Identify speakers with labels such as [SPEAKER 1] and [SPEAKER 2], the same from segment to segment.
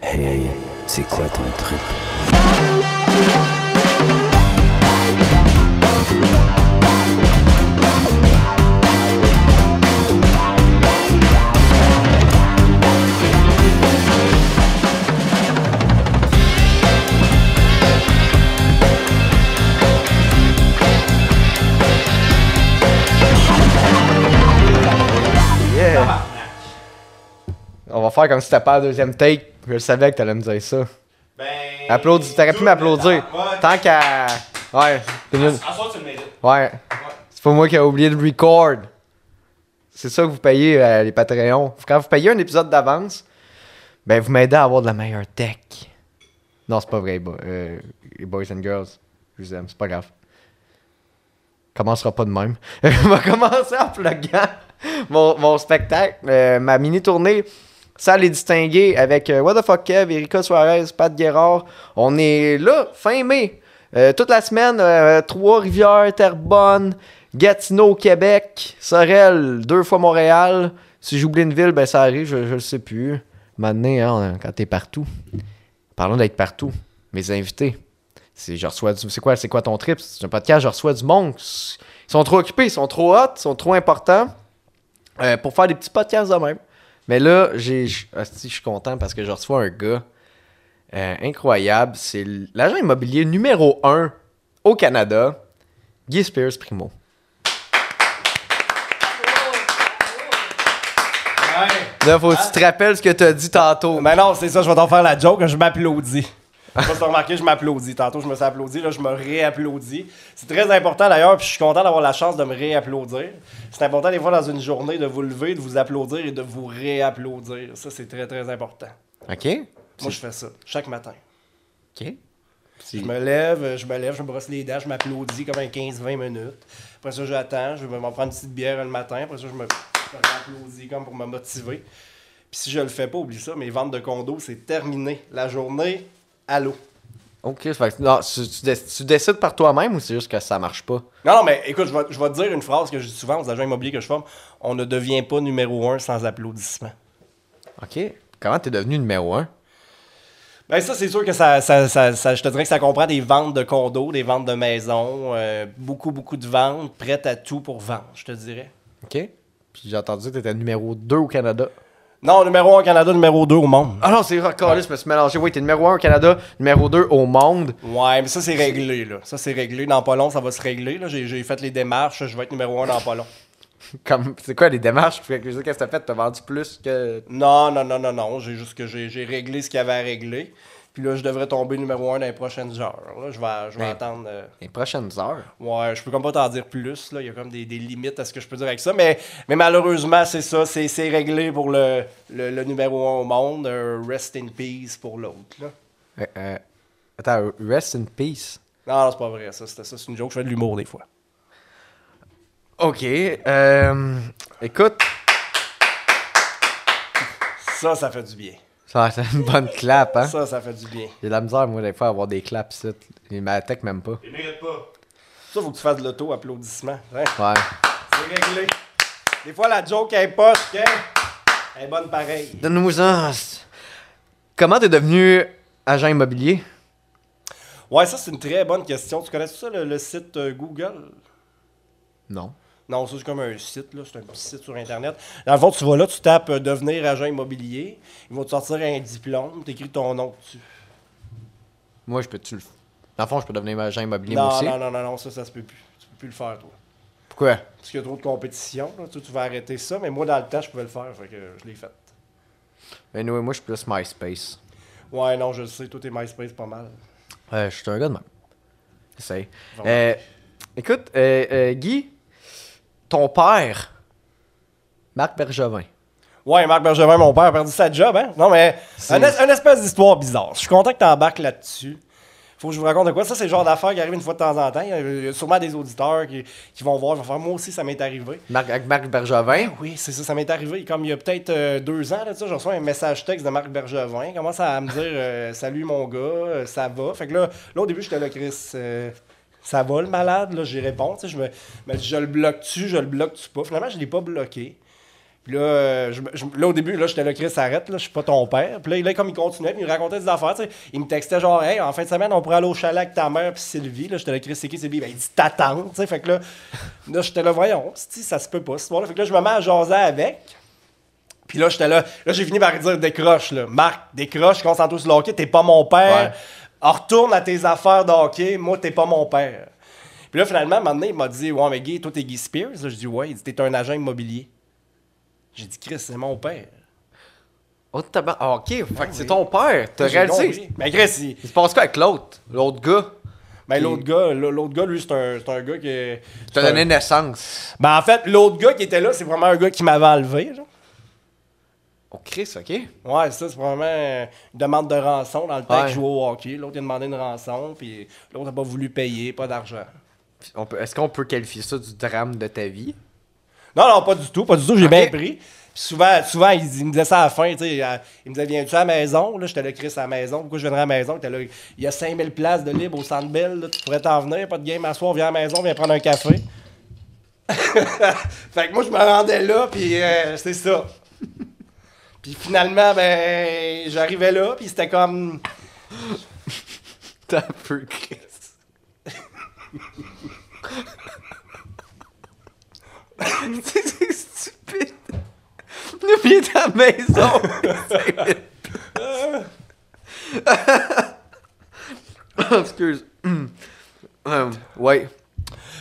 [SPEAKER 1] Hey, c'est quoi ton trip
[SPEAKER 2] Yeah. On va faire comme si t'as pas la deuxième take. Je savais que t'allais me dire ça.
[SPEAKER 3] Ben.
[SPEAKER 2] Applaudis. T'aurais pu m'applaudir.
[SPEAKER 3] Ouais.
[SPEAKER 2] Tant qu'à. Ouais. t'es
[SPEAKER 3] En
[SPEAKER 2] mieux-
[SPEAKER 3] soi, Ah, tu le mérites.
[SPEAKER 2] Ouais. C'est pas moi qui ai oublié de record. C'est ça que vous payez euh, les Patreons. Quand vous payez un épisode d'avance, ben vous m'aidez à avoir de la meilleure tech. Non, c'est pas vrai, les bo- euh, les boys and girls. Je vous aime, c'est pas grave. Commencera pas de même. On va commencer en pluguant mon, mon spectacle, euh, ma mini-tournée. Ça les distinguer avec euh, What the fuck Kev, Erika Suarez, Pat Guérard. On est là, fin mai. Euh, toute la semaine, euh, Trois-Rivières, Terrebonne, Gatineau, Québec, Sorel, deux fois Montréal. Si j'oublie une ville, ben ça arrive, je, je le sais plus. Maintenant, hein, quand t'es partout. Parlons d'être partout. Mes invités. C'est je reçois du- C'est quoi, c'est quoi ton trip? C'est un podcast, je reçois du monde. Ils sont trop occupés, ils sont trop hot, ils sont trop importants euh, pour faire des petits podcasts de même. Mais là, j'ai. je- asti, je suis content parce que je reçois un gars euh, incroyable. C'est l- l'agent immobilier numéro 1 au Canada, Guy Spears Primo.
[SPEAKER 3] Ouais.
[SPEAKER 2] Là, faut que tu te rappelles ce que tu as dit tantôt.
[SPEAKER 3] Mais non, c'est ça, je vais t'en faire la joke. Je m'applaudis. Je sais pas si t'as remarqué, je m'applaudis. Tantôt, je me suis applaudi, là, je me réapplaudis. C'est très important d'ailleurs, puis je suis content d'avoir la chance de me réapplaudir. C'est important des fois dans une journée de vous lever, de vous applaudir et de vous réapplaudir. Ça, c'est très, très important.
[SPEAKER 2] OK?
[SPEAKER 3] Moi, je fais ça chaque matin.
[SPEAKER 2] OK.
[SPEAKER 3] Je me lève, euh, je me lève, je me brosse les dents, je m'applaudis comme un 15-20 minutes. Après ça, j'attends, je vais m'en prendre une petite bière le matin. Après ça, je me je me réapplaudis comme pour me motiver. Puis si je le fais pas, oublie ça, mes ventes de condos, c'est terminé. La journée, allô.
[SPEAKER 2] OK, ça fait que- non, tu, tu dé- tu décides par toi-même ou c'est juste que ça marche pas?
[SPEAKER 3] Non, non, mais écoute, je vais, je vais te dire une phrase que je dis souvent aux agents immobiliers que je forme. On ne devient pas numéro un sans applaudissements.
[SPEAKER 2] OK. Comment t'es devenu numéro 1?
[SPEAKER 3] Ben ça, c'est sûr que ça, ça- ça- ça- je te dirais que ça comprend des ventes de condos, des ventes de maisons, euh, beaucoup, beaucoup de ventes, prêtes à tout pour vendre, je te dirais.
[SPEAKER 2] OK. Puis j'ai entendu que t'étais numéro 2 au Canada.
[SPEAKER 3] Non, numéro 1 au Canada, numéro 2 au monde.
[SPEAKER 2] Ah non, c'est record, je me suis mélangé. Oui, t'es numéro 1 au Canada, numéro 2 au monde.
[SPEAKER 3] Ouais, mais ça, c'est réglé, là. Ça, c'est réglé. Dans pas long, ça va se régler, là. J'ai j'ai fait les démarches, je vais être numéro 1 dans pas long.
[SPEAKER 2] Comme, c'est quoi les démarches? Fait que je sais, Qu'est-ce que t'as fait? T'as vendu plus que.
[SPEAKER 3] Non, non, non, non, non. J'ai juste que j'ai j'ai réglé ce qu'il y avait à régler. Puis là, je devrais tomber numéro 1 dans les prochaines heures. là. Je vais, je vais
[SPEAKER 2] Ben.
[SPEAKER 3] attendre... euh,
[SPEAKER 2] Les prochaines heures.
[SPEAKER 3] Ouais, je peux comme pas t'en dire plus, là. Il y a comme des, des limites à ce que je peux dire avec ça. Mais, mais malheureusement, c'est ça. C'est c'est réglé pour le, le, le numéro 1 au monde. Euh, rest in peace pour l'autre, là.
[SPEAKER 2] Euh, euh, attends, rest in peace.
[SPEAKER 3] Non, non, c'est pas vrai, ça. C'était ça. C'est une joke. Je fais de l'humour, des fois.
[SPEAKER 2] Ok. euh, écoute,
[SPEAKER 3] Ça, ça fait du bien.
[SPEAKER 2] ça c'est une bonne clap, hein?
[SPEAKER 3] Ça, ça fait du bien.
[SPEAKER 2] J'ai de la misère, moi, des fois, à avoir des claps ici. Ils m'attaquent même pas.
[SPEAKER 3] Il mérite pas. Ça, faut que tu fasses de l'auto-applaudissement. hein.
[SPEAKER 2] Ouais.
[SPEAKER 3] C'est réglé. Des fois, la joke, elle est pas, hein? Elle est bonne pareil.
[SPEAKER 2] Donne-nous ça. Comment t'es devenu agent immobilier?
[SPEAKER 3] Ouais, ça, c'est une très bonne question. Tu connais ça, le, le site euh, Google?
[SPEAKER 2] Non.
[SPEAKER 3] Non, ça, c'est comme un site, là. C'est un petit site sur Internet. Dans le fond, tu vas là, tu tapes euh, devenir agent immobilier. Ils vont te sortir un diplôme, t'écris ton nom dessus.
[SPEAKER 2] Moi, je peux-tu le. Dans le fond, je peux devenir agent immobilier moi
[SPEAKER 3] Non,
[SPEAKER 2] aussi.
[SPEAKER 3] non, non, non, non, ça, ça se peut plus. Tu peux plus le faire, toi.
[SPEAKER 2] Pourquoi?
[SPEAKER 3] Parce qu'il y a trop de compétition, là. Tu, tu vas arrêter ça, mais moi, dans le temps, je pouvais le faire, fait que je l'ai fait.
[SPEAKER 2] Anyway, moi, je suis plus MySpace.
[SPEAKER 3] Ouais, non, je le sais, toi, t'es MySpace pas mal.
[SPEAKER 2] Euh, je suis un gars de même. J'essaie.
[SPEAKER 3] Bon.
[SPEAKER 2] Euh, écoute, euh, euh, Guy, ton père, Marc Bergevin.
[SPEAKER 3] Ouais, Marc Bergevin, mon père, a perdu sa job, hein? Non, mais
[SPEAKER 2] C'est-
[SPEAKER 3] un, es- un espèce d'histoire bizarre. Je suis content que t'embarques là-dessus. Faut que je vous raconte de quoi. Ça, c'est le genre d'affaire qui arrive une fois de temps en temps. Il y a- il y a sûrement des auditeurs qui, qui vont voir, ils vont faire « Moi aussi, ça m'est arrivé. Eh
[SPEAKER 2] Marc, avec Marc Bergevin. »
[SPEAKER 3] Oui, c'est ça, ça m'est arrivé. Comme il y a peut-être euh, deux ans, là, tu sais, je reçois un message texte de Marc Bergevin. Il commence à me dire euh, Salut mon gars, euh, ça va? » Fait que là, là au début, j'étais là « Chris, euh, ça va le malade? » Là, j'y réponds. tu sais, Je me, me dis « Je le bloque-tu? Je le bloque-tu pas? » Finalement, je l'ai pas bloqué. Puis là, euh, je me- je- là, au début, là, j'étais là, Chris, arrête, là, je suis pas ton père. Puis là, là, comme il continuait, puis il me racontait des affaires, tu sais. Il me textait genre, hey, en fin de semaine, on pourrait aller au chalet avec ta mère, puis Sylvie. Là, j'étais là, Chris, c'est qui Sylvie? Ben, il dit, t'attends, tu sais. Fait que là, là j'étais là, voyons, si ça se peut pas, ce soir-là. Fait que là, je me mets à jaser avec. Puis là, j'étais là. Là, j'ai fini par lui dire décroche, là. Marc, décroche, concentre-toi sur le hockey, t'es pas mon père.
[SPEAKER 2] Ouais.
[SPEAKER 3] Alors, Retourne à tes affaires de hockey, moi, t'es pas mon père. Puis là, finalement, à un moment donné, il m'a dit Ouais, mais Guy, toi, t'es Guy Spears. Là, je dis Ouais, il dit T'es un agent immobilier. J'ai dit Chris, c'est mon père.
[SPEAKER 2] Oh, tabac. Ah, ok, fait que c'est ton père. T'as
[SPEAKER 3] J'ai
[SPEAKER 2] réalisé.
[SPEAKER 3] compris. Mais Chris, il-
[SPEAKER 2] Il se passe quoi avec l'autre L'autre gars
[SPEAKER 3] ben, l'autre gars, l'autre gars, lui, c'est un, c'est un gars qui. est-
[SPEAKER 2] T'as
[SPEAKER 3] c'est un-
[SPEAKER 2] donné naissance.
[SPEAKER 3] Ben, en fait, l'autre gars qui était là, c'est vraiment un gars qui m'avait enlevé, genre.
[SPEAKER 2] Oh, Chris, ok.
[SPEAKER 3] Ouais, ça, c'est probablement euh, une demande de rançon dans le temps
[SPEAKER 2] Ouais.
[SPEAKER 3] qu'il jouait au hockey. L'autre, il a demandé une rançon, puis l'autre n'a pas voulu payer, pas d'argent.
[SPEAKER 2] On peut- Est-ce qu'on peut qualifier ça du drame de ta vie
[SPEAKER 3] Non, non, pas du tout, pas du tout, j'ai
[SPEAKER 2] Ok.
[SPEAKER 3] bien pris. Puis souvent, souvent il, il me disait ça à la fin, tu sais, euh, il me disait, viens-tu à la maison? Là, j'étais là, Chris, à la maison, pourquoi je viendrais à la maison? Il était là, il y a 5000 places de libre au Centre Bell, là, tu pourrais t'en venir, pas de game à soir, viens à la maison, viens prendre un café. fait que moi, je me rendais là, puis euh, c'est ça. puis finalement, ben, j'arrivais là, puis c'était comme...
[SPEAKER 2] T'as un peu, Chris. c'est stupide. Nous viens de la maison. Excuse. Hum. Hum, ouais.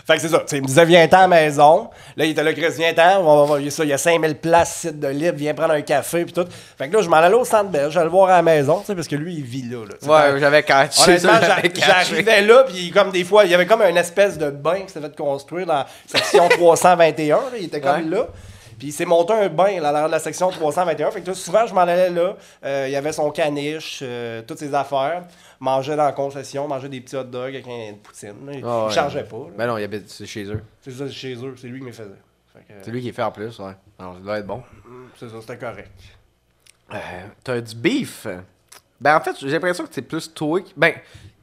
[SPEAKER 3] Fait que c'est ça. tu sais, il me disait, viens-t'en à la maison. Là, il était là, Chris, viens-t'en. On va voir, il y a ça, il y a 5000 places, site de libre, viens prendre un café, puis tout. Fait que là, je m'en allais au centre belge, j'allais le voir à la maison, tu sais, parce que lui, il vit là. là tu sais.
[SPEAKER 2] Ouais, j'avais catché.
[SPEAKER 3] Honnêtement,
[SPEAKER 2] ça,
[SPEAKER 3] j'a-
[SPEAKER 2] j'avais catché.
[SPEAKER 3] j'arrivais là, puis comme des fois, il y avait comme une espèce de bain qui s'était fait construire dans la section 321. là, il était
[SPEAKER 2] Ouais.
[SPEAKER 3] comme là. Puis il s'est monté un bain là, dans la section 321. Fait que là, souvent, je m'en allais là. Euh, il y avait son caniche, euh, toutes ses affaires. Mangeait dans la concession, mangeait des petits hot dogs avec un poutine. là. Il,
[SPEAKER 2] Ah ouais.
[SPEAKER 3] il chargeait pas. là.
[SPEAKER 2] Ben non, il habite c'est chez eux.
[SPEAKER 3] C'est ça, c'est chez eux, c'est lui qui me faisait. Fait que,
[SPEAKER 2] C'est lui qui est fait en plus, ouais. Alors, ça doit être bon.
[SPEAKER 3] mm, c'est ça, c'était correct.
[SPEAKER 2] Euh, T'as du beef. Ben en fait, j'ai l'impression que c'est plus toi. qui- Ben,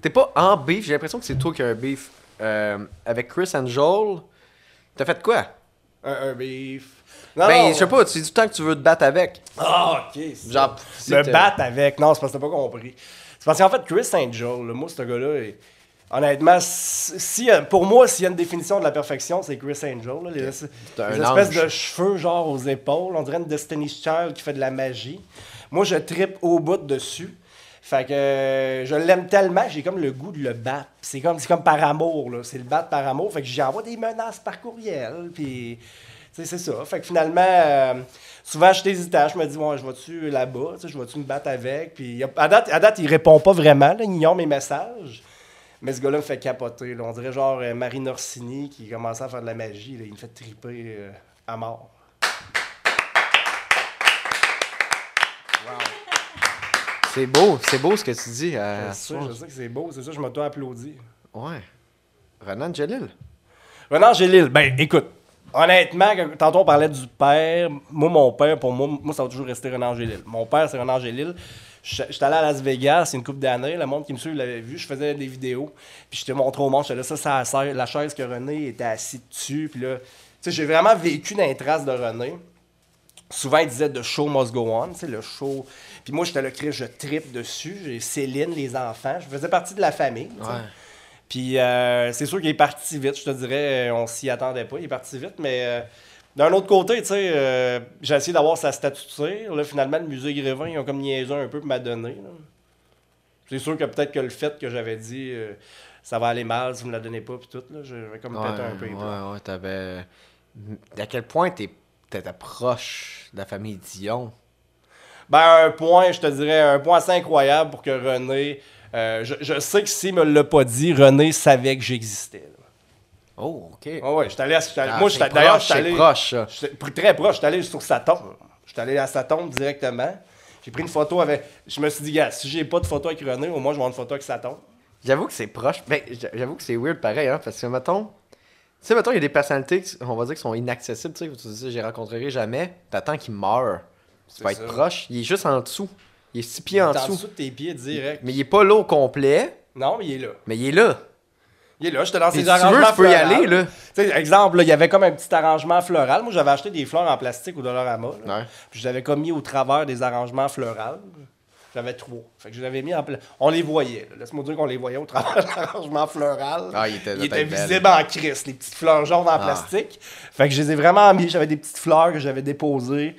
[SPEAKER 2] t'es pas en beef, j'ai l'impression que c'est toi qui as un beef. Euh, avec Chris and Joel, t'as fait quoi?
[SPEAKER 3] Un, un beef. Non,
[SPEAKER 2] ben,
[SPEAKER 3] non.
[SPEAKER 2] je sais pas, c'est du temps que tu veux te battre avec.
[SPEAKER 3] Ah, ok. c'est
[SPEAKER 2] Genre,
[SPEAKER 3] ça.
[SPEAKER 2] si
[SPEAKER 3] le
[SPEAKER 2] t'as-
[SPEAKER 3] battre avec. Non, c'est parce que t'as pas compris. C'est parce qu'en fait, Chris St. Joel, moi, ce gars-là, il- honnêtement, si, si- pour moi, s'il y a une définition de la perfection, c'est Chris St. Joel. là. Les,
[SPEAKER 2] T'as
[SPEAKER 3] les
[SPEAKER 2] un
[SPEAKER 3] espèces
[SPEAKER 2] ange.
[SPEAKER 3] de cheveux, genre, aux épaules. On dirait une Destiny's Child qui fait de la magie. Moi, je trippe au bout dessus. Fait que euh, je l'aime tellement, j'ai comme le goût de le battre. Puis C'est comme, c'est comme par amour, là. C'est le battre par amour. Fait que j'envoie des menaces par courriel. Puis, tu sais, c'est ça. Fait que finalement, euh, souvent, je suis hésitant. Je me dis, bon, je vais-tu là-bas? Tu sais, Je vais-tu me battre avec? Puis, y a- à date, à date, il répond pas vraiment. Là, il ignore mes messages. Mais ce gars-là me fait capoter. là. On dirait genre euh, Marine Orsini qui commençait à faire de la magie. là. Il me fait triper euh, à mort.
[SPEAKER 2] C'est beau, c'est beau ce que tu dis. euh,
[SPEAKER 3] C'est ça, je sais que c'est beau. C'est ça, je m'auto-applaudis.
[SPEAKER 2] ouais. Renan Jalil.
[SPEAKER 3] Renan Gélil, ben écoute, honnêtement, quand- tantôt on parlait du père. Moi, mon père, pour moi, moi ça va toujours rester Renan Gélil. Mon père, c'est Renan Gélil. Je- J'étais allé à Las Vegas il y a une couple d'années, le monde qui me suit l'avait vu, je faisais des vidéos, puis je te montré au monde, j'étais là, ça, c'est la chaise- la chaise que René était assis dessus, puis là, tu sais, j'ai vraiment vécu dans les traces de René. Souvent, il disait « The show must go on », tu sais, le show. Puis moi, j'étais le Chris, je tripe dessus, j'ai Céline, les enfants, je faisais partie de la famille. tu sais.
[SPEAKER 2] Ouais.
[SPEAKER 3] Puis euh, c'est sûr qu'il est parti vite, je te dirais, euh, on s'y attendait pas, il est parti vite, mais euh, d'un autre côté, tu sais, euh, j'ai essayé d'avoir sa statue de cire, là, finalement, le musée Grévin, ils ont comme niaisé un peu pour m'a donné. là. C'est sûr que peut-être que le fait que j'avais dit euh, ça va aller mal, si vous me la donnez pas, puis tout, là, j'avais comme pété un peu. les plombs.
[SPEAKER 2] ouais, ouais, t'avais. mm, À quel point t'es t'étais proche de la famille Dion?
[SPEAKER 3] Ben, un point, je te dirais, un point assez incroyable pour que René. euh, je, je sais que s'il me l'a pas dit, René savait que j'existais. là.
[SPEAKER 2] Oh, ok.
[SPEAKER 3] Ouais, ouais, j'étais allé à- j'étais allé-
[SPEAKER 2] Ah,
[SPEAKER 3] Moi, j'étais
[SPEAKER 2] c'est
[SPEAKER 3] d'ailleurs,
[SPEAKER 2] proche,
[SPEAKER 3] j'étais allé.
[SPEAKER 2] c'est proche, ça.
[SPEAKER 3] j'étais pr- très proche, j'étais allé sur sa tombe. J'étais allé à sa tombe directement. J'ai pris une photo avec. Je me suis dit, gars, si j'ai pas de photo avec René, au moins je vais avoir une photo avec sa tombe.
[SPEAKER 2] J'avoue que c'est proche. Ben, j'a- j'avoue que c'est weird pareil, hein, parce que, mettons, tu sais, mettons, il y a des personnalités, qui, on va dire, qui sont inaccessibles, tu sais, où tu te dis, j'ai rencontrerai jamais, t'attends qu'il meure. Tu vas
[SPEAKER 3] C'est
[SPEAKER 2] être
[SPEAKER 3] ça.
[SPEAKER 2] proche, il est juste en dessous. Il est six pieds
[SPEAKER 3] T'es
[SPEAKER 2] en
[SPEAKER 3] en
[SPEAKER 2] dessous.
[SPEAKER 3] dessous de tes pieds direct.
[SPEAKER 2] Mais il est pas là au complet,
[SPEAKER 3] Non, mais il est là.
[SPEAKER 2] mais il est là.
[SPEAKER 3] Il est là, j'étais dans
[SPEAKER 2] Puis si
[SPEAKER 3] ses
[SPEAKER 2] tu
[SPEAKER 3] arrangements
[SPEAKER 2] veux, tu peux y
[SPEAKER 3] floraux.
[SPEAKER 2] aller, là.
[SPEAKER 3] Tu sais, exemple, là, il y avait comme un petit arrangement floral. Moi, j'avais acheté des fleurs en plastique au Dollarama. Là.
[SPEAKER 2] Ouais.
[SPEAKER 3] Puis je l'avais comme mis au travers des arrangements floraux. J'avais trois. Fait que je l'avais mis en pla- On les voyait. là. Laisse-moi dire qu'on les voyait au travers de l'arrangement floral.
[SPEAKER 2] Ah, il était-
[SPEAKER 3] il était
[SPEAKER 2] peut-être belle. Ah.
[SPEAKER 3] visible en crise, les petites fleurs jaunes en plastique. Fait que je les ai vraiment mis. J'avais des petites fleurs que j'avais déposées.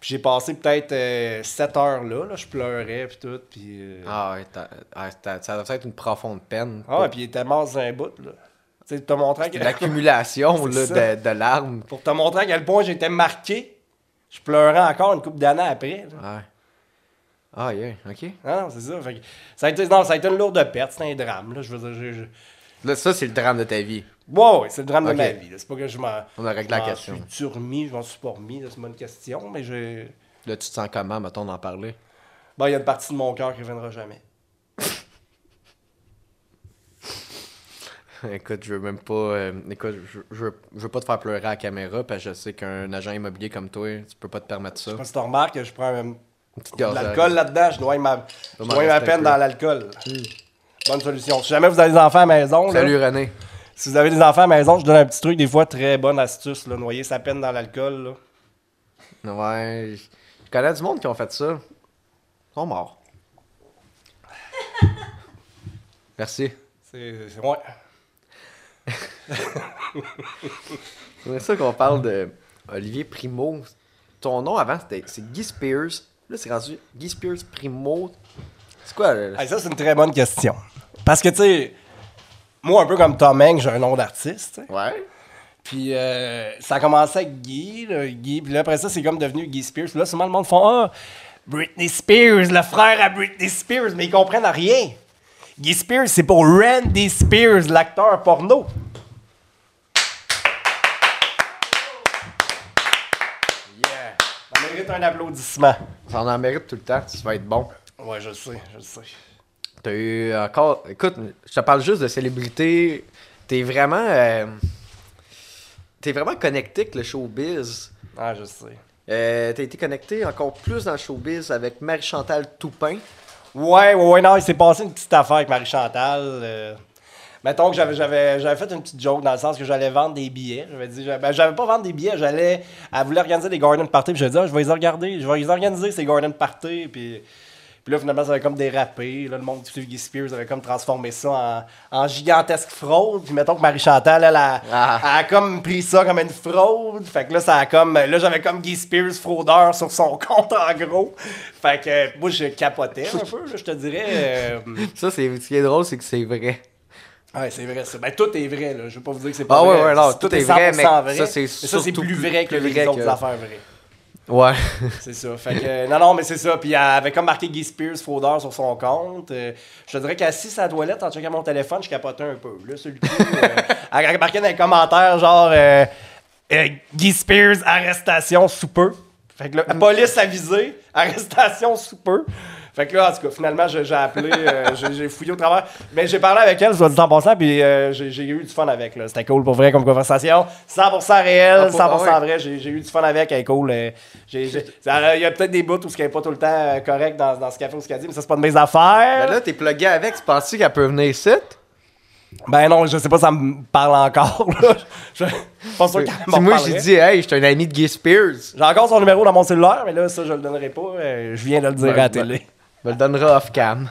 [SPEAKER 3] Puis j'ai passé peut-être 7 heures là, là. Je pleurais, puis tout. Puis, euh,
[SPEAKER 2] Ah, ouais, t'as- ah, t'as- ça doit être une profonde peine.
[SPEAKER 3] Ah, ouais, puis il était mort dans un bout. Là. Tu sais, te montrant que...
[SPEAKER 2] L'accumulation là,
[SPEAKER 3] C'est ça.
[SPEAKER 2] de, de larmes.
[SPEAKER 3] Pour te montrer à quel point j'étais marqué, je pleurais encore une couple d'années après. là.
[SPEAKER 2] Ouais. Ah, yeah, ok.
[SPEAKER 3] Ah, non, c'est ça. Fait que ça, a été, non, ça a été une lourde perte, c'est un drame. Là, je veux dire, je- je-
[SPEAKER 2] Là, ça, c'est le drame de ta vie.
[SPEAKER 3] Ouais, ouais, c'est le drame
[SPEAKER 2] Ok.
[SPEAKER 3] de ma vie. là. C'est pas que je m'en.
[SPEAKER 2] On a réglé la
[SPEAKER 3] m'en
[SPEAKER 2] question.
[SPEAKER 3] suis-tu remis, je m'en suis pas remis, là, c'est une bonne question, mais je.
[SPEAKER 2] Là, tu te sens comment, mettons, d'en parler?
[SPEAKER 3] Bon, Ben, il y a une partie de mon cœur qui reviendra jamais.
[SPEAKER 2] Écoute, je veux même pas. euh, écoute, je, je, veux- je veux pas te faire pleurer à la caméra parce que je sais qu'un agent immobilier comme toi, tu peux pas te permettre ça.
[SPEAKER 3] Je sais pas si tu remarques que je prends euh,
[SPEAKER 2] Une petite
[SPEAKER 3] de
[SPEAKER 2] gorgée.
[SPEAKER 3] l'alcool là-dedans, je noie ma, je
[SPEAKER 2] m'en
[SPEAKER 3] noie ma
[SPEAKER 2] reste un
[SPEAKER 3] peine
[SPEAKER 2] peu.
[SPEAKER 3] dans l'alcool. Bonne solution. Si jamais vous avez des enfants à la maison, là,
[SPEAKER 2] Salut René.
[SPEAKER 3] Si vous avez des enfants à la maison, je donne un petit truc, des fois, très bonne astuce, là, noyer sa peine dans l'alcool. là.
[SPEAKER 2] Ouais, je je connais du monde qui ont fait ça. Ils sont morts. Merci.
[SPEAKER 3] C'est. c'est- Ouais.
[SPEAKER 2] C'est ça qu'on parle de Olivier Primo. Ton nom avant, c'était c'est Guy Spears. Là, c'est rendu Guy Spears Primo. C'est quoi? le-
[SPEAKER 3] Ah, ça, c'est une très bonne question. Parce que, tu sais, moi, un peu comme Tom Hanks, j'ai un nom d'artiste. tu sais.
[SPEAKER 2] Ouais.
[SPEAKER 3] Puis euh, ça a commencé avec Guy, là, Guy. Puis là, après ça, c'est comme devenu Guy Spears. Puis là, souvent, le monde font Ah, Britney Spears, le frère à Britney Spears. Mais ils comprennent rien. Guy Spears, c'est pour Randy Spears, l'acteur porno. Yeah. On mérite un applaudissement.
[SPEAKER 2] Ça en mérite tout le temps. Tu vas être bon.
[SPEAKER 3] Ouais, je le sais, je le sais.
[SPEAKER 2] T'as eu encore. Écoute, je te parle juste de célébrité. T'es vraiment. euh, T'es vraiment connecté avec le showbiz.
[SPEAKER 3] Ah, je sais.
[SPEAKER 2] Euh, T'as été connecté encore plus dans le showbiz avec Marie-Chantal Toupin.
[SPEAKER 3] Ouais, ouais, ouais, non, il s'est passé une petite affaire avec Marie-Chantal. euh, mettons que j'avais, j'avais, j'avais fait une petite joke dans le sens que j'allais vendre des billets. J'avais dit, j'avais, ben, j'avais pas vendre des billets, j'allais. Elle voulait organiser des garden parties, puis j'ai dit, ah, je vais les regarder, je vais les organiser ces garden parties, puis. Puis là, finalement, ça avait comme dérapé. Là, le monde du Guy Spears avait comme transformé ça en, en gigantesque fraude. Puis mettons que Marie-Chantal, elle, a,
[SPEAKER 2] Ah.
[SPEAKER 3] elle a comme pris ça comme une fraude. Fait que là, ça a comme. Là, j'avais comme Guy Spears fraudeur sur son compte, en gros. Fait que euh, moi, je capotais un peu, là, je te dirais. euh,
[SPEAKER 2] Ça, c'est ce qui est drôle, c'est que c'est vrai.
[SPEAKER 3] Ouais, c'est vrai ça. Ben, tout est vrai, là. Je veux pas vous dire que c'est pas
[SPEAKER 2] Ah,
[SPEAKER 3] vrai.
[SPEAKER 2] ouais, ouais, non,
[SPEAKER 3] C'est-
[SPEAKER 2] tout est vrai,
[SPEAKER 3] 100%
[SPEAKER 2] mais
[SPEAKER 3] vrai.
[SPEAKER 2] ça, c'est
[SPEAKER 3] Mais ça, c'est
[SPEAKER 2] surtout
[SPEAKER 3] plus
[SPEAKER 2] plus-
[SPEAKER 3] vrai que
[SPEAKER 2] plus
[SPEAKER 3] les
[SPEAKER 2] vrai
[SPEAKER 3] autres
[SPEAKER 2] que-
[SPEAKER 3] affaires vraies.
[SPEAKER 2] Ouais.
[SPEAKER 3] C'est ça. Fait que, euh, non, non, mais c'est ça. Puis elle avait comme marqué Guy Spears fraudeur sur son compte. Euh, je te dirais qu'assise à la toilette, en checkant mon téléphone, je capotais un peu. Là, sur le coup, euh, elle marquait dans les commentaires, genre, euh, euh, Guy Spears, arrestation sous peu. Fait que là,
[SPEAKER 2] Mm.
[SPEAKER 3] police avisée, arrestation sous peu. Fait que là, en tout cas, finalement, je- j'ai appelé, euh, j'ai- j'ai fouillé au travers. Mais j'ai parlé avec elle, je dois dire en passant, puis euh, j'ai j'ai eu du fun avec. là. C'était cool pour vrai comme conversation. 100%
[SPEAKER 2] Ah,
[SPEAKER 3] réel,
[SPEAKER 2] pour-
[SPEAKER 3] 100%
[SPEAKER 2] ah ouais.
[SPEAKER 3] vrai. J'ai j'ai eu du fun avec, elle est cool. euh, j'ai- j'ai- ça- euh, Il y a peut-être des bouts où ce n'est pas tout le temps euh, correct dans, dans ce qu'elle fait ou ce qu'elle dit, mais ça, c'est pas de mes affaires.
[SPEAKER 2] Ben là, t'es plugué avec. Tu pensais qu'elle peut venir ici?
[SPEAKER 3] Ben non, je sais pas, ça me parle encore. là. Je, je pense pas
[SPEAKER 2] Puis
[SPEAKER 3] qu'elle m'en
[SPEAKER 2] moi,
[SPEAKER 3] parlerait.
[SPEAKER 2] j'ai dit, hey, j'étais un ami de Guy Spears.
[SPEAKER 3] J'ai encore son numéro dans mon cellulaire, mais là, ça, je le donnerai pas. euh, je viens de le dire
[SPEAKER 2] Ouais,
[SPEAKER 3] à la
[SPEAKER 2] ouais.
[SPEAKER 3] télé.
[SPEAKER 2] Je me le donnera off-cam.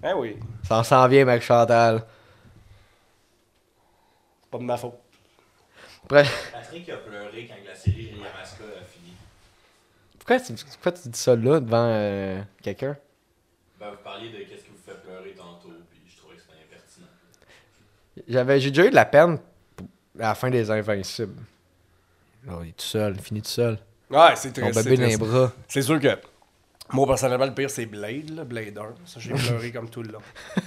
[SPEAKER 3] Ben oui,
[SPEAKER 2] Ça s'en vient, Marie-Chantal.
[SPEAKER 3] c'est pas de ma faute.
[SPEAKER 2] Après-
[SPEAKER 4] Patrick a pleuré quand la série Yamaska a fini.
[SPEAKER 2] Pourquoi tu, pourquoi tu dis ça là devant euh, quelqu'un?
[SPEAKER 4] Ben, vous parliez de qu'est-ce qui vous fait pleurer tantôt, puis je trouvais que c'était impertinent.
[SPEAKER 2] J'avais, j'ai déjà eu de la peine p- à la fin des Invincibles. Là, il est tout seul, il finit tout seul.
[SPEAKER 3] Ouais, c'est
[SPEAKER 2] Mon
[SPEAKER 3] triste. c'est
[SPEAKER 2] bébé dans les
[SPEAKER 3] triste.
[SPEAKER 2] bras.
[SPEAKER 3] C'est sûr que moi, personnellement, le pire, c'est Blade, là, Blade 1. Ça, j'ai pleuré comme tout le long.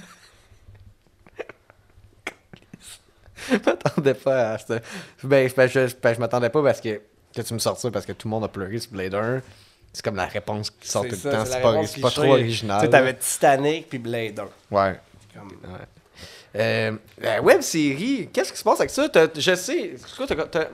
[SPEAKER 2] Je m'attendais pas à ça. Ben, c'est parce que je, ben, je m'attendais pas parce que, que tu me sortes ça parce que tout le monde a pleuré sur Blade 1. C'est comme la réponse qui sort tout le
[SPEAKER 3] ça,
[SPEAKER 2] temps.
[SPEAKER 3] c'est
[SPEAKER 2] C'est
[SPEAKER 3] la
[SPEAKER 2] pas,
[SPEAKER 3] réponse
[SPEAKER 2] c'est pas
[SPEAKER 3] cliché.
[SPEAKER 2] trop original.
[SPEAKER 3] Tu sais, t'avais Titanic puis Blade 1.
[SPEAKER 2] Ouais.
[SPEAKER 3] Comme-
[SPEAKER 2] Ouais. Euh, la web série, qu'est-ce qui se passe avec ça? T'as- je sais, c'est quoi, t'as- t'as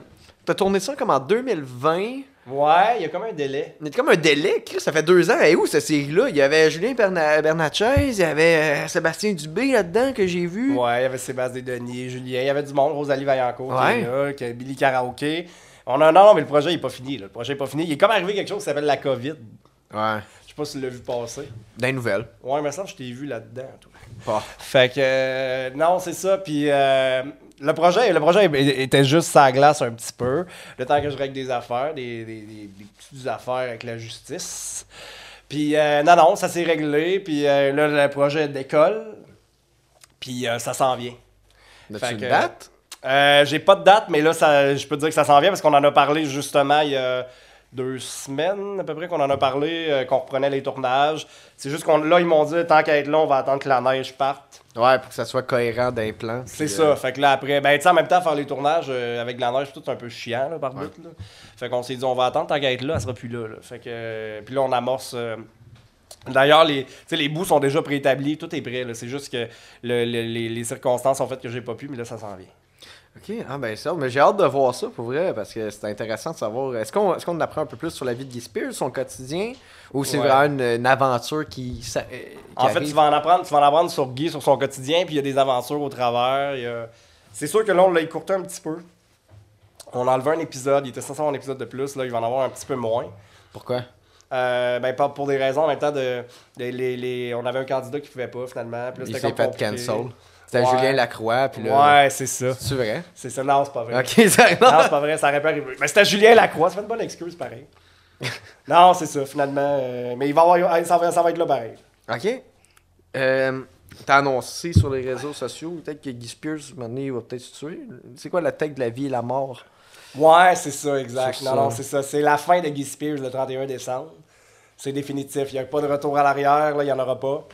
[SPEAKER 2] t'as tourné ça comme en 2020.
[SPEAKER 3] Ouais, il y a comme un délai.
[SPEAKER 2] Il y a comme un délai, Chris, ça fait deux ans. Et où cette série-là Il y avait Julien Berna- Bernatchez, il y avait euh, Sébastien Dubé là-dedans que j'ai vu.
[SPEAKER 3] Ouais, il y avait Sébastien Denis, Julien, il y avait du monde, Rosalie Vaillancourt,
[SPEAKER 2] Ouais.
[SPEAKER 3] qui est là, qui a Billy Karaoke. On a, non, non, mais le projet n'est pas fini. là. Le projet n'est pas fini. Il est comme arrivé quelque chose qui s'appelle la COVID.
[SPEAKER 2] Ouais.
[SPEAKER 3] Je sais pas si tu l'as vu passer.
[SPEAKER 2] Des nouvelles.
[SPEAKER 3] Ouais, il me semble que je t'ai vu là-dedans, toi.
[SPEAKER 2] Pas.
[SPEAKER 3] Fait que, euh, non, c'est ça. Puis euh, le projet, le projet était juste sa glace un petit peu. Le temps que je règle des affaires, des, des, des- des petites affaires avec la justice. Puis euh, non, non, ça s'est réglé. Puis euh, là, le projet décolle. Puis euh, ça s'en vient.
[SPEAKER 2] As-tu
[SPEAKER 3] Fait
[SPEAKER 2] une
[SPEAKER 3] que-
[SPEAKER 2] date
[SPEAKER 3] Euh, J'ai pas de date, mais là, ça, je peux te dire que ça s'en vient parce qu'on en a parlé justement il y a deux semaines à peu près qu'on en a parlé, euh, qu'on reprenait les tournages. C'est juste qu'on là, ils m'ont dit tant qu'à être là, on va attendre que la neige parte.
[SPEAKER 2] Ouais, pour que ça soit cohérent d'un plan.
[SPEAKER 3] C'est
[SPEAKER 2] puis,
[SPEAKER 3] ça.
[SPEAKER 2] euh,
[SPEAKER 3] Fait que là, après, ben, tu sais, en même temps, faire les tournages euh, avec de la neige, c'est tout un peu chiant, là, par bout, là. Fait qu'on s'est dit, on va attendre tant qu'à être là, elle sera plus là, là. Fait que. euh, puis là, on amorce. euh, D'ailleurs, les, tu sais, les bouts sont déjà préétablis, tout est prêt. là. C'est juste que le- le- les, les circonstances ont fait que j'ai pas pu, mais là, ça s'en vient.
[SPEAKER 2] Ok, ah ben ça, mais j'ai hâte de voir ça pour vrai, parce que c'est intéressant de savoir. Est-ce qu'on est qu'on apprend un peu plus sur la vie de Guy Spears, son quotidien, ou c'est
[SPEAKER 3] Ouais.
[SPEAKER 2] vraiment une, une aventure qui. ça- euh, qui
[SPEAKER 3] En fait,
[SPEAKER 2] arrive?
[SPEAKER 3] tu vas en apprendre, tu vas en apprendre sur Guy, sur son quotidien, puis il y a des aventures au travers. il y a- C'est sûr que là, on l'a écourté un petit peu. On a enlevé un épisode, il était censé avoir un épisode de plus, là, il va en avoir un petit peu moins.
[SPEAKER 2] Pourquoi
[SPEAKER 3] Euh, ben, pas pour des raisons en même temps de. de- les, les- on avait un candidat qui pouvait pas finalement. Puis là,
[SPEAKER 2] Il
[SPEAKER 3] c'était
[SPEAKER 2] s'est
[SPEAKER 3] comme
[SPEAKER 2] fait
[SPEAKER 3] compliqué.
[SPEAKER 2] cancel. C'était
[SPEAKER 3] Ouais.
[SPEAKER 2] Julien Lacroix, puis là.
[SPEAKER 3] Ouais, c'est ça.
[SPEAKER 2] C'est vrai
[SPEAKER 3] C'est ça. Non, c'est pas vrai.
[SPEAKER 2] Ok, ça
[SPEAKER 3] Non,
[SPEAKER 2] non.
[SPEAKER 3] c'est pas vrai, ça aurait pas arrivé. Mais c'était Julien Lacroix, ça fait une bonne excuse, pareil. non, c'est ça, finalement. euh, mais il va avoir, ça, va, ça va être là pareil.
[SPEAKER 2] Ok. Euh, T'as annoncé sur les réseaux sociaux, peut-être que Guy Spears, un moment donné, il va peut-être se tuer. C'est quoi la tech de la vie et la mort
[SPEAKER 3] Ouais, c'est ça, exact.
[SPEAKER 2] C'est
[SPEAKER 3] non,
[SPEAKER 2] ça.
[SPEAKER 3] non, c'est ça. C'est la fin de Guy Spears le 31 décembre. C'est définitif. Il n'y a pas de retour à l'arrière, là, il n'y en aura pas.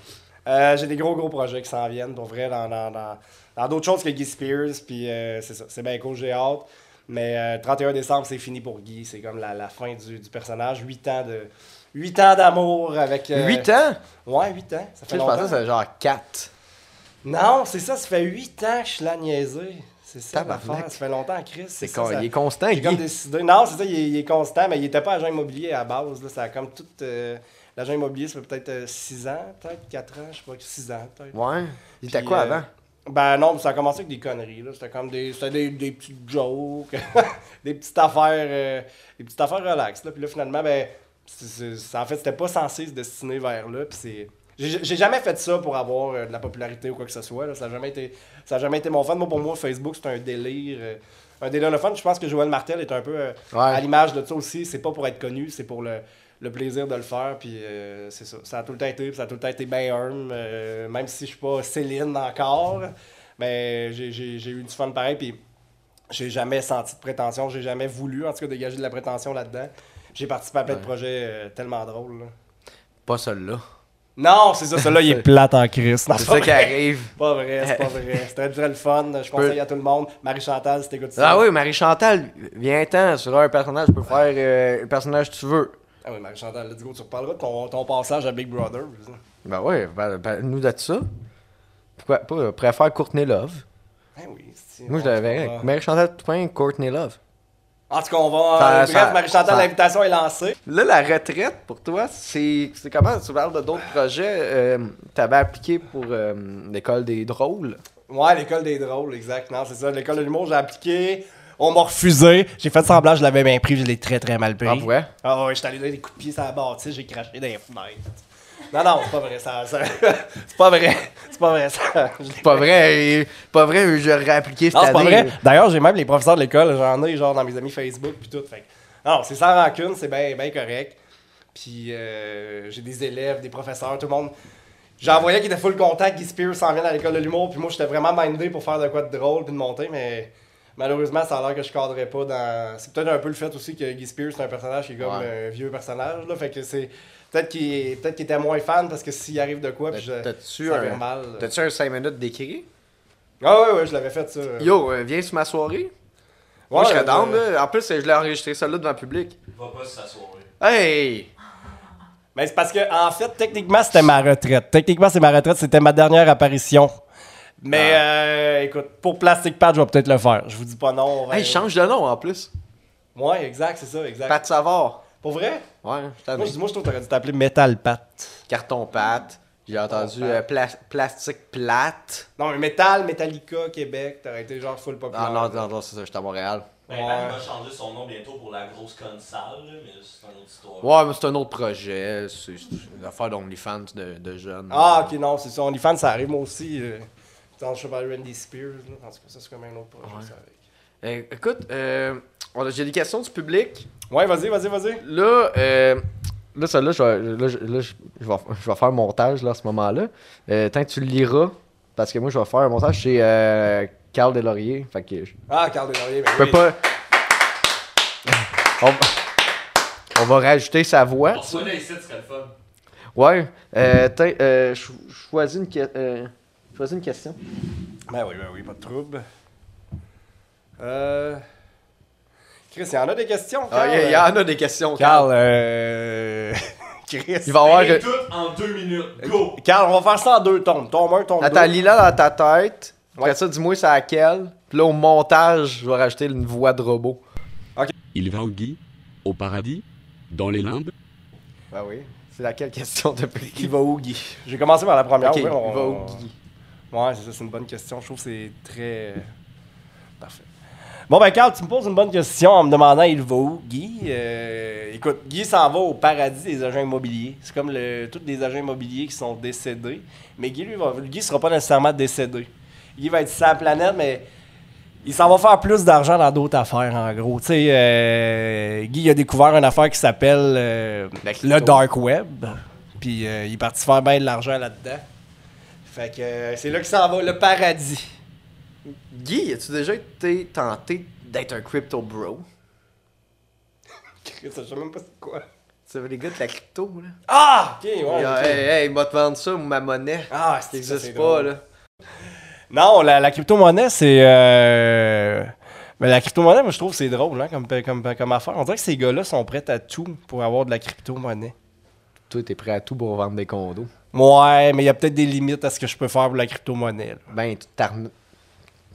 [SPEAKER 3] Euh, J'ai des gros, gros projets qui s'en viennent, pour vrai, dans dans- dans- dans d'autres choses que Guy Spears. Puis euh, c'est ça, c'est bien cool, j'ai hâte. Mais euh, 31 décembre, c'est fini pour Guy. C'est comme la, la fin du, du personnage. 8 ans de. 8 ans d'amour avec. euh,
[SPEAKER 2] 8 ans
[SPEAKER 3] Ouais, 8 ans.
[SPEAKER 2] Tu sais,
[SPEAKER 3] Ça fait
[SPEAKER 2] Je pensais
[SPEAKER 3] longtemps.
[SPEAKER 2] que c'était genre 4.
[SPEAKER 3] Non, c'est ça, ça fait 8 ans que je suis là niaisé. C'est ça,
[SPEAKER 2] Tabarnak.
[SPEAKER 3] l'affaire. Ça fait longtemps, Chris.
[SPEAKER 2] C'est
[SPEAKER 3] ça,
[SPEAKER 2] con-
[SPEAKER 3] ça-
[SPEAKER 2] Il est constant,
[SPEAKER 3] j'ai comme
[SPEAKER 2] Guy.
[SPEAKER 3] décidé. Non, c'est ça, il est, il est constant, mais il était pas agent immobilier à la base. Là. Ça a comme tout. euh, L'agent immobilier, ça fait peut-être 6 ans, peut-être 4 ans, je sais pas, 6 ans, peut-être.
[SPEAKER 2] Ouais. Il était
[SPEAKER 3] Puis,
[SPEAKER 2] quoi
[SPEAKER 3] euh,
[SPEAKER 2] avant
[SPEAKER 3] Ben non, ça a commencé avec des conneries. là. C'était comme des, c'était des, des petites jokes, des petites affaires, euh, des petites affaires relax. Là. Puis là, finalement, ben, c'est- c'est- ça- en fait, c'était pas censé se destiner vers là. Puis c'est, j'ai, j'ai jamais fait ça pour avoir euh, de la popularité ou quoi que ce soit. là. Ça a jamais été, ça a jamais été mon fun. Moi, pour moi, Facebook, c'est un délire. euh, un délire le fun. Je pense que Joël Martel est un peu euh,
[SPEAKER 2] Ouais.
[SPEAKER 3] à l'image de ça aussi. C'est pas pour être connu, c'est pour le, le plaisir de le faire. Puis euh, c'est ça. Ça a tout le temps été, puis ça a tout le temps été bien earn, euh, même si je suis pas Céline encore, mais j'ai- j'ai j'ai eu du fun pareil. Puis j'ai jamais senti de prétention. J'ai jamais voulu, en tout cas, dégager de la prétention là-dedans. J'ai participé à plein de projets euh, tellement drôles. là.
[SPEAKER 2] Pas celui-là.
[SPEAKER 3] Non, c'est ça, celui-là, il est plate en crise. Non,
[SPEAKER 2] C'est
[SPEAKER 3] c'est
[SPEAKER 2] ça
[SPEAKER 3] pas
[SPEAKER 2] qui
[SPEAKER 3] vrai.
[SPEAKER 2] arrive.
[SPEAKER 3] Pas vrai, c'est pas vrai. C'était très le fun. Je conseille à tout le monde. Marie-Chantal, si t'écoutes ça.
[SPEAKER 2] Ah oui, Marie-Chantal, viens-t'en, c'est là un personnage, tu peux faire euh, le personnage que tu veux.
[SPEAKER 3] Ah oui, Marie-Chantal, let's go. Tu reparleras de ton, ton passage à Big Brother.
[SPEAKER 2] Ben ouais, ben, ben, nous de ça. Pourquoi pas, euh, préfère Courtney Love.
[SPEAKER 3] Ah oui, c'est-
[SPEAKER 2] Moi, je la verrais.
[SPEAKER 3] Ah.
[SPEAKER 2] avec Marie-Chantal Toupin, Courtney Love.
[SPEAKER 3] En tout cas, on va.
[SPEAKER 2] Ça-
[SPEAKER 3] euh,
[SPEAKER 2] ça-
[SPEAKER 3] bref, Marie-Chantal,
[SPEAKER 2] ça-
[SPEAKER 3] l'invitation est lancée.
[SPEAKER 2] Là, la retraite, pour toi, c'est c'est comment? Tu parles de d'autres projets. euh, T'avais appliqué pour euh, l'école des drôles.
[SPEAKER 3] Ouais, l'école des drôles, exact. Non, c'est ça. L'école de l'humour, j'ai appliqué. On m'a refusé. J'ai fait semblant, je l'avais bien pris, je l'ai très très mal pris.
[SPEAKER 2] Ah ouais?
[SPEAKER 3] Ah ouais, j'étais allé donner des coups de pied sur la bâtisse, j'ai craché dans les fenêtres. Non, non, c'est pas vrai, ça. ça- c'est pas vrai. C'est pas vrai, ça. Je l'ai-
[SPEAKER 2] Pas vrai, euh, pas vrai, j'aurais appliqué cette
[SPEAKER 3] Non, c'est
[SPEAKER 2] année.
[SPEAKER 3] pas vrai. D'ailleurs, j'ai même les professeurs de l'école, j'en ai genre dans mes amis Facebook puis tout. Fait que, non, c'est sans rancune, c'est bien ben correct. Puis euh, j'ai des élèves, des professeurs, tout le monde. J'en voyais qui était full contact, Guy Spears s'en vient à l'école de l'humour, puis moi j'étais vraiment mindé pour faire de quoi de drôle puis de monter, mais malheureusement ça a l'air que je cadrais pas dans. C'est peut-être un peu le fait aussi que Guy Spears c'est un personnage qui est comme
[SPEAKER 2] Ouais.
[SPEAKER 3] un vieux personnage, là. Fait que c'est. Peut-être qu'il peut qu'il était moins fan parce que s'il arrive de quoi, puis je.
[SPEAKER 2] Ben, T'as-tu
[SPEAKER 3] ça avait mal.
[SPEAKER 2] un, t'as-tu un 5 minutes d'écrit?
[SPEAKER 3] Ah ouais, ouais, je l'avais fait ça.
[SPEAKER 2] Yo, euh, viens sur ma soirée. Moi,
[SPEAKER 3] Ouais,
[SPEAKER 2] je serais
[SPEAKER 3] euh,
[SPEAKER 2] down, là. En plus, je l'ai enregistré ça là devant le public.
[SPEAKER 4] Va pas s'asseoir.
[SPEAKER 2] Hey!
[SPEAKER 3] Mais Ben, c'est parce que, en fait, techniquement, c'était ma retraite. Techniquement, c'est ma retraite, c'était ma dernière apparition. Mais
[SPEAKER 2] Ah.
[SPEAKER 3] euh, écoute, pour Plastic Pad, je vais peut-être le faire. Je vous dis pas non. on va-
[SPEAKER 2] Hey, change de nom en plus.
[SPEAKER 3] Ouais, exact, c'est ça, exact.
[SPEAKER 2] Pat Ah, Savard.
[SPEAKER 3] Pour vrai?
[SPEAKER 2] Ouais, je t'en
[SPEAKER 3] Moi, je dis, moi, je trouve que t'aurais dû t'appeler Metal Pat.
[SPEAKER 2] Carton pâte. J'ai entendu
[SPEAKER 3] Carton
[SPEAKER 2] euh, pla- plastique plate. Ah,
[SPEAKER 3] Non, mais Metal, Metallica, Québec, t'aurais été genre full populaire.
[SPEAKER 2] Non, non, non, non, c'est ça, j'étais à Montréal.
[SPEAKER 4] Ben, Matt va changer son nom bientôt pour la grosse conne sale, là, mais c'est une autre histoire.
[SPEAKER 2] Ouais, mais c'est un autre projet. C'est c'est une affaire d'OnlyFans de, de jeunes.
[SPEAKER 3] Ah, ok, non, c'est ça. OnlyFans, ça arrive, moi aussi. euh, Dans le cheval Randy Spears, là. En tout cas, ça, c'est quand même un autre projet, ça, avec.
[SPEAKER 2] Euh, écoute, euh, on a- j'ai des questions du public.
[SPEAKER 3] Ouais, vas-y, vas-y, vas-y.
[SPEAKER 2] Là, euh, là celle-là, je vais, là, je, là, je- je vais, je vais faire un montage là, à ce moment-là. Euh, tant que tu le liras, parce que moi, je vais faire un montage chez euh, Carl Delaurier. Fait que je
[SPEAKER 3] Ah, Carl Delorier, ben
[SPEAKER 2] peux
[SPEAKER 3] oui.
[SPEAKER 2] pas. On, on va rajouter sa voix.
[SPEAKER 4] Pour ça, là, ici, ce serait le fun.
[SPEAKER 2] Ouais. Euh, tiens, euh, je je choisis une, que- euh, je choisis une question.
[SPEAKER 3] Ben oui, ben oui, pas de trouble. Euh... Chris, il y en a des questions, Carl?
[SPEAKER 2] Ah, il y, en a des questions.
[SPEAKER 3] Carl, euh... Chris.
[SPEAKER 2] Il va y avoir.
[SPEAKER 4] Et tout en deux minutes. Go!
[SPEAKER 3] Carl, on va faire ça en deux tombes. Tombe 1, tombe 2.
[SPEAKER 2] Attends, lis-la dans ta tête. Après
[SPEAKER 3] Ouais.
[SPEAKER 2] ça, dis-moi c'est à quelle. Puis là, au montage, je vais rajouter une voix de robot.
[SPEAKER 5] Il va au gui, au paradis, dans les limbes,
[SPEAKER 3] Bah
[SPEAKER 2] Ben oui. C'est laquelle question de
[SPEAKER 3] Il
[SPEAKER 2] prix?
[SPEAKER 3] va où, Guy? J'ai commencé par la première.
[SPEAKER 2] Ok,
[SPEAKER 3] Ah, ouais,
[SPEAKER 2] il va
[SPEAKER 3] on-
[SPEAKER 2] au Guy.
[SPEAKER 3] Ouais, c'est ça, c'est une bonne question. Je trouve que c'est très... Parfait. Bon, ben Carl, tu me poses une bonne question en me demandant il va où, Guy? Euh, écoute, Guy s'en va au paradis des agents immobiliers. C'est comme le, tous les agents immobiliers qui sont décédés. Mais Guy, lui, va, Guy sera pas nécessairement décédé. Guy va être sur la planète, mais... Il s'en va faire plus d'argent dans d'autres affaires, en gros. Tu sais, euh, Guy a découvert une affaire qui s'appelle euh,
[SPEAKER 2] La crypto.
[SPEAKER 3] le Dark Web. Puis euh, il est parti faire bien de l'argent là-dedans. Fait que euh, c'est là qu'il s'en va, le paradis.
[SPEAKER 2] Guy, as-tu déjà été tenté d'être un crypto bro?
[SPEAKER 3] Chris, je sais même pas c'est quoi.
[SPEAKER 2] Tu savais les gars de la crypto, là?
[SPEAKER 3] Ah! Ok, ouais.
[SPEAKER 2] Il y a,
[SPEAKER 3] ok.
[SPEAKER 2] hey, hey, il m'a te vendre ça, ma monnaie.
[SPEAKER 3] Ah,
[SPEAKER 2] ça
[SPEAKER 3] c'est
[SPEAKER 2] n'existe pas,
[SPEAKER 3] drôle.
[SPEAKER 2] là.
[SPEAKER 3] Non, la, la crypto-monnaie, c'est. euh, Mais la crypto-monnaie, moi, je trouve que c'est drôle hein, comme, comme, comme affaire. On dirait que ces gars-là sont prêts à tout pour avoir de la crypto-monnaie.
[SPEAKER 2] Toi, t'es prêt à tout pour vendre des condos.
[SPEAKER 3] Ouais, mais il y a peut-être des limites à ce que je peux faire pour la crypto-monnaie. là.
[SPEAKER 2] Ben, tu t'arn-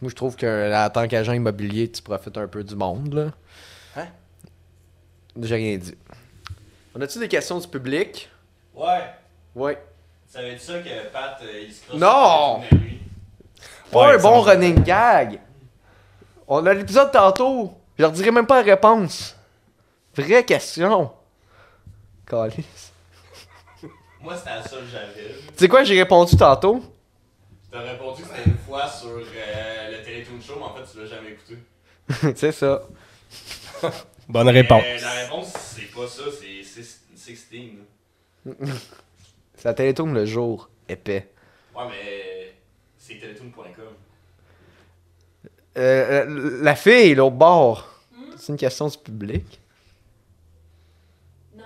[SPEAKER 2] Moi, je trouve que en tant qu'agent immobilier, tu profites un peu du monde, là.
[SPEAKER 3] Hein?
[SPEAKER 2] J'ai rien dit. On a-tu des questions du public?
[SPEAKER 4] Ouais.
[SPEAKER 2] Ouais.
[SPEAKER 4] Savais-tu ça que Pat, euh, il se crosse
[SPEAKER 2] Non!
[SPEAKER 4] sur la tournée, lui?
[SPEAKER 2] Pas
[SPEAKER 3] Ouais,
[SPEAKER 2] un
[SPEAKER 3] ça
[SPEAKER 2] bon
[SPEAKER 3] va.
[SPEAKER 2] running gag. On a l'épisode tantôt. Je leur dirai même pas la réponse. Vraie question. Calice.
[SPEAKER 4] Moi, c'était à ça que j'avais.
[SPEAKER 2] Tu sais quoi, j'ai répondu tantôt.
[SPEAKER 4] T'as répondu que c'était une fois sur euh, le Télétoon Show, mais en fait, tu l'as jamais écouté.
[SPEAKER 2] C'est ça.
[SPEAKER 3] Bonne
[SPEAKER 4] Mais,
[SPEAKER 3] réponse.
[SPEAKER 4] euh, la réponse, c'est pas ça, c'est c'est 16. là.
[SPEAKER 2] Ça télétourne le jour. Épais.
[SPEAKER 4] Ouais, mais c'est télétoon.com.
[SPEAKER 2] Euh, euh, la fille, l'autre bord. C'est une question du public.
[SPEAKER 6] Non.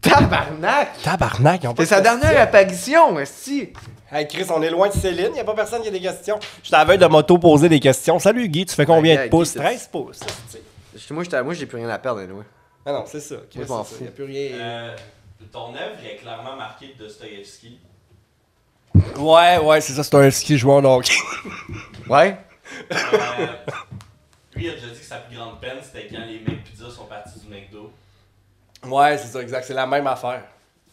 [SPEAKER 2] Tabarnak!
[SPEAKER 3] Tabarnak, ils ont pas
[SPEAKER 2] C'est
[SPEAKER 3] de
[SPEAKER 2] sa
[SPEAKER 3] questions.
[SPEAKER 2] dernière apparition, esti.
[SPEAKER 3] Hey Chris, on est loin de Céline, y a pas personne qui a des questions. Je t'avais de m'auto-poser des questions. Salut Guy, tu fais combien
[SPEAKER 2] Ouais,
[SPEAKER 3] de
[SPEAKER 2] Guy,
[SPEAKER 3] pouces
[SPEAKER 2] t'as-
[SPEAKER 3] 13 pouces. c'est-tu.
[SPEAKER 2] Moi, j'étais- moi, j'ai plus rien à perdre, anyway.
[SPEAKER 3] Ah non, c'est ça. Chris,
[SPEAKER 2] Moi, je m'en
[SPEAKER 3] c'est ça,
[SPEAKER 2] fous.
[SPEAKER 3] y a plus rien.
[SPEAKER 4] Euh, ton œuvre est clairement marquée de Dostoevsky.
[SPEAKER 3] Ouais, ouais, c'est ça, c'est un ski joueur donc.
[SPEAKER 2] Ouais?
[SPEAKER 4] Euh, lui, il a déjà dit que sa plus grande peine, c'était quand les mecs pizza sont partis du McDo.
[SPEAKER 3] ouais, c'est ça, exact. C'est la même affaire.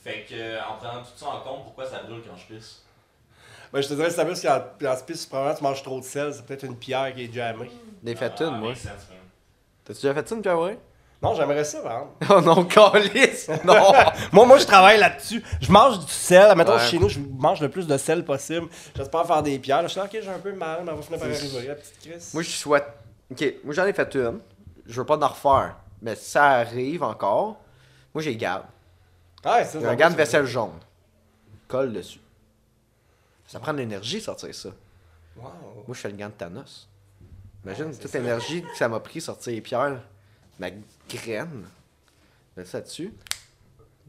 [SPEAKER 4] Fait que, euh, en prenant tout ça en compte, pourquoi ça brûle quand je pisse
[SPEAKER 3] Ben, je te dirais, c'est parce qu'en en spiste, probablement, tu manges trop de sel. C'est peut-être une pierre qui est jammée.
[SPEAKER 2] Des fait
[SPEAKER 4] Ah,
[SPEAKER 2] une, moi.
[SPEAKER 4] makes sense, man.
[SPEAKER 2] T'as-tu déjà fait une, Pierre, ouais?
[SPEAKER 3] Non, j'aimerais ça, par exemple.
[SPEAKER 2] Oh non, calice! Non!
[SPEAKER 3] Moi, moi, je travaille là-dessus. Je mange du sel. Admettons,
[SPEAKER 2] Ouais.
[SPEAKER 3] chez nous, je mange le plus de sel possible. J'espère faire des pierres. Je suis là, ok, j'ai un peu mal, mais on va finir par arriver, la petite Chris.
[SPEAKER 2] moi, je souhaite. Ok, moi, j'en ai fait une. Je veux pas en refaire. Mais si ça arrive encore, moi, j'ai garde.
[SPEAKER 3] Ouais, c'est ça,
[SPEAKER 2] J'ai un
[SPEAKER 3] c'est
[SPEAKER 2] garde
[SPEAKER 3] bon,
[SPEAKER 2] vaisselle jaune. Colle dessus. Ça prend de l'énergie, sortir ça.
[SPEAKER 3] Wow.
[SPEAKER 2] Moi, je fais le gant de Thanos. Imagine toute l'énergie que ça m'a pris sortir les pierres, ma graine. Mets ça dessus.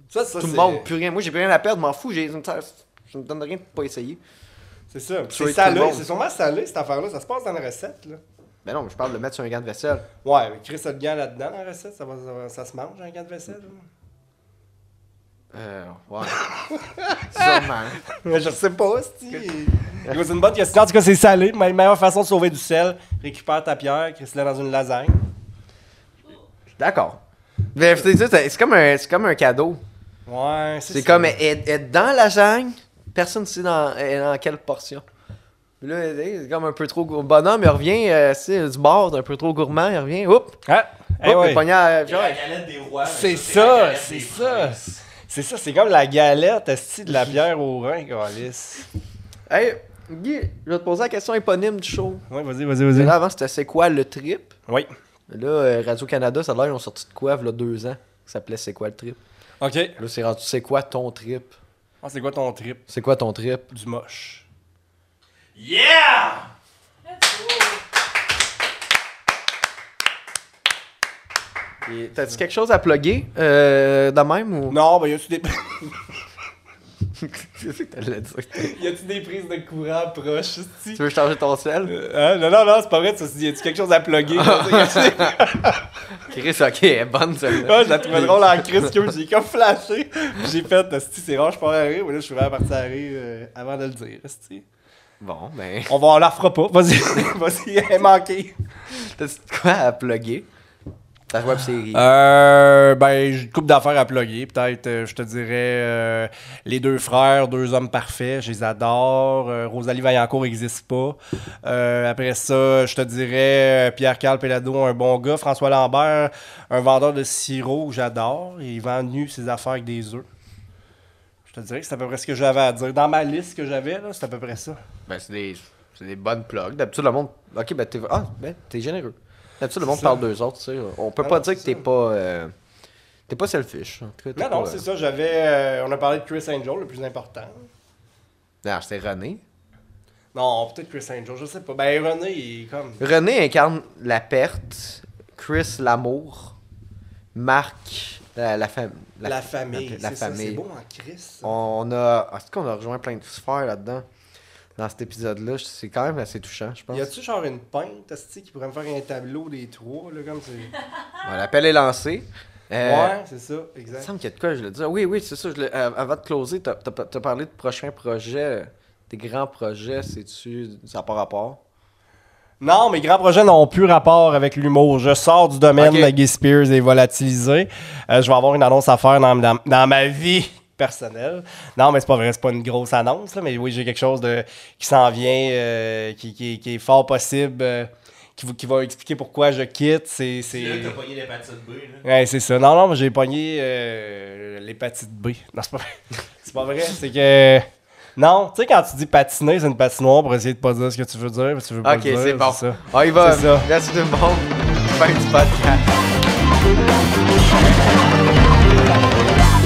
[SPEAKER 3] Ça, ça,
[SPEAKER 2] Tout le
[SPEAKER 3] c'est-
[SPEAKER 2] monde, plus rien. Moi, j'ai plus rien à perdre, m'en fous. J'ai une terre. Je me donne rien de pas essayer.
[SPEAKER 3] C'est ça.
[SPEAKER 2] Tuer
[SPEAKER 3] C'est
[SPEAKER 2] tout le
[SPEAKER 3] salé.
[SPEAKER 2] monde.
[SPEAKER 3] C'est sûrement salé, cette affaire-là. Ça se passe dans la recette, là.
[SPEAKER 2] Mais Ben non, je parle de mettre sur un gant de vaisselle.
[SPEAKER 3] Ouais, mais Chris a le gant là-dedans, dans la recette. Ça, va, ça, va- ça se mange, un gant de vaisselle. là.
[SPEAKER 2] Euh, ouais. Sûrement.
[SPEAKER 3] Mais je sais pas, si. C'est une bonne question. En tout cas, c'est salé. Mais la meilleure façon de sauver du sel, récupère ta pierre, Chris l'a dans une lasagne.
[SPEAKER 2] D'accord. Mais c'est ça, c'est comme un, c'est comme un cadeau.
[SPEAKER 3] Ouais,
[SPEAKER 2] C'est comme eh, être, être dans la jungle, personne ne sait dans, elle est dans quelle portion. Puis Là, elle est- c'est comme un peu trop gourmand. Bonhomme, il revient euh, c'est du bord, un peu trop gourmand, il revient, oups, oups, euh,
[SPEAKER 3] Ah, eh
[SPEAKER 2] il
[SPEAKER 3] ouais.
[SPEAKER 2] est pogné à-
[SPEAKER 4] Il y a la galette des rois. mais
[SPEAKER 3] C'est
[SPEAKER 4] la
[SPEAKER 3] ça,
[SPEAKER 4] galette
[SPEAKER 3] c'est
[SPEAKER 4] des
[SPEAKER 3] ça.
[SPEAKER 4] princes.
[SPEAKER 3] C'est ça, c'est comme la galette esti, de la bière au rein, Alice.
[SPEAKER 2] Hey, Guy, je vais te poser la question éponyme du show.
[SPEAKER 3] Ouais, vas-y, vas-y,
[SPEAKER 2] Là,
[SPEAKER 3] vas-y.
[SPEAKER 2] avant, c'était c'est quoi le trip?
[SPEAKER 3] Oui.
[SPEAKER 2] Là, euh, Radio-Canada, ça a l'air, ils ont sorti de quoi, il y a deux ans? Ça s'appelait C'est quoi le trip?
[SPEAKER 3] OK.
[SPEAKER 2] Là, c'est rendu C'est quoi ton trip?
[SPEAKER 3] Ah, c'est quoi ton trip
[SPEAKER 2] C'est quoi ton trip?
[SPEAKER 3] du moche?
[SPEAKER 4] Yeah!
[SPEAKER 2] Et T'as-tu quelque chose à plugger euh, de même ou.
[SPEAKER 3] Non, ben y a-tu des...
[SPEAKER 2] C'est ça que t'allais dire.
[SPEAKER 3] y a-tu des prises de courant proches, esti?
[SPEAKER 2] Tu veux changer ton sel?
[SPEAKER 3] Euh, hein? Non, non, non, c'est pas vrai, ça, y a-tu quelque chose à plugger? Y a-tu des-
[SPEAKER 2] Chris, ok, elle est bonne celle-là.
[SPEAKER 3] Ah, je la trouvais drôle en crise que j'ai comme flashé. J'ai fait, esti, c'est rare, je suis pas à rire. Mais là, je suis vraiment parti à rire euh, avant de le dire, esti.
[SPEAKER 2] Bon, ben.
[SPEAKER 3] On va, on la refera pas. Vas-y, vas-y, elle est manquée.
[SPEAKER 2] T'as-tu de quoi à plugger? Ta web série.
[SPEAKER 3] Euh, ben, j'ai une couple d'affaires à plugger. Peut-être, euh, je te dirais, euh, les deux frères, deux hommes parfaits, je les adore. Euh, Rosalie Vaillancourt n'existe pas. Euh, après ça, je te dirais, euh, Pierre-Carl Pelado, un bon gars. François Lambert, un vendeur de sirop que j'adore. Il vend nu ses affaires avec des œufs. Je te dirais que c'est à peu près ce que j'avais à dire. Dans ma liste que j'avais, là, c'est à peu près ça.
[SPEAKER 2] Ben, c'est des, c'est des bonnes plugs. D'habitude, le monde. Ok, ben, t'es, ah, ben, t'es généreux. D'habitude, le monde
[SPEAKER 3] ça.
[SPEAKER 2] parle d'eux autres, tu sais. On peut
[SPEAKER 3] Ah
[SPEAKER 2] pas
[SPEAKER 3] non,
[SPEAKER 2] dire que
[SPEAKER 3] c'est
[SPEAKER 2] t'es pas. euh, T'es pas selfish. En tout cas, t'es
[SPEAKER 3] Non,
[SPEAKER 2] pas,
[SPEAKER 3] non, c'est ça. J'avais, euh, on a parlé de Chris Angel, le plus important.
[SPEAKER 2] Non, c'est René.
[SPEAKER 3] Non, peut-être Chris Angel, je sais pas. Ben, René, il est comme.
[SPEAKER 2] René incarne la perte, Chris l'amour, Marc la, la, fam-
[SPEAKER 3] La, famille.
[SPEAKER 2] ok, La
[SPEAKER 3] c'est ça, C'est
[SPEAKER 2] famille.
[SPEAKER 3] beau en Christ. ça.
[SPEAKER 2] On a. Est-ce qu'on a rejoint plein de sphères là-dedans? Dans cet épisode-là, c'est quand même assez touchant, je pense.
[SPEAKER 3] Y a-tu genre une peinte, esti, qui pourrait me faire un tableau des trois, là, comme c'est.
[SPEAKER 2] Bon, Ah! L'appel est lancé. Euh,
[SPEAKER 3] Ouais, c'est ça,
[SPEAKER 2] Il me
[SPEAKER 3] exact.
[SPEAKER 2] semble qu'il y a de quoi, je le dis. Ah Oui, oui, c'est ça. je l'ai- euh, avant de closer, t'as t'as- t'as parlé de prochains projets, des grands projets, c'est-tu. Ça par rapport?
[SPEAKER 3] Non, mes grands projets n'ont plus rapport avec l'humour. Je sors du domaine
[SPEAKER 2] Ok.
[SPEAKER 3] de Guy Spears et volatilisé. Euh, je vais avoir une annonce à faire dans, dans- dans ma vie personnelle. Non, mais c'est pas vrai, c'est pas une grosse annonce, là, mais oui, j'ai quelque chose de, qui s'en vient, euh, qui, qui- qui est fort possible, euh, qui, vous- qui va expliquer pourquoi je quitte. C'est. c'est-
[SPEAKER 4] C'est là que t'as pogné l'hépatite B. Là.
[SPEAKER 3] Ouais, c'est ça. Non, non, mais j'ai pogné euh, l'hépatite B. Non, c'est pas vrai. C'est pas vrai. C'est que. Non, tu sais, quand tu dis patiner, c'est une patinoire pour essayer de pas dire ce que tu veux dire. mais Tu veux pas
[SPEAKER 2] Ok,
[SPEAKER 3] le dire,
[SPEAKER 2] c'est bon.
[SPEAKER 3] ça.
[SPEAKER 2] On y va.
[SPEAKER 3] C'est ça.
[SPEAKER 2] Merci tout le monde. Fin du podcast.
[SPEAKER 6] Thank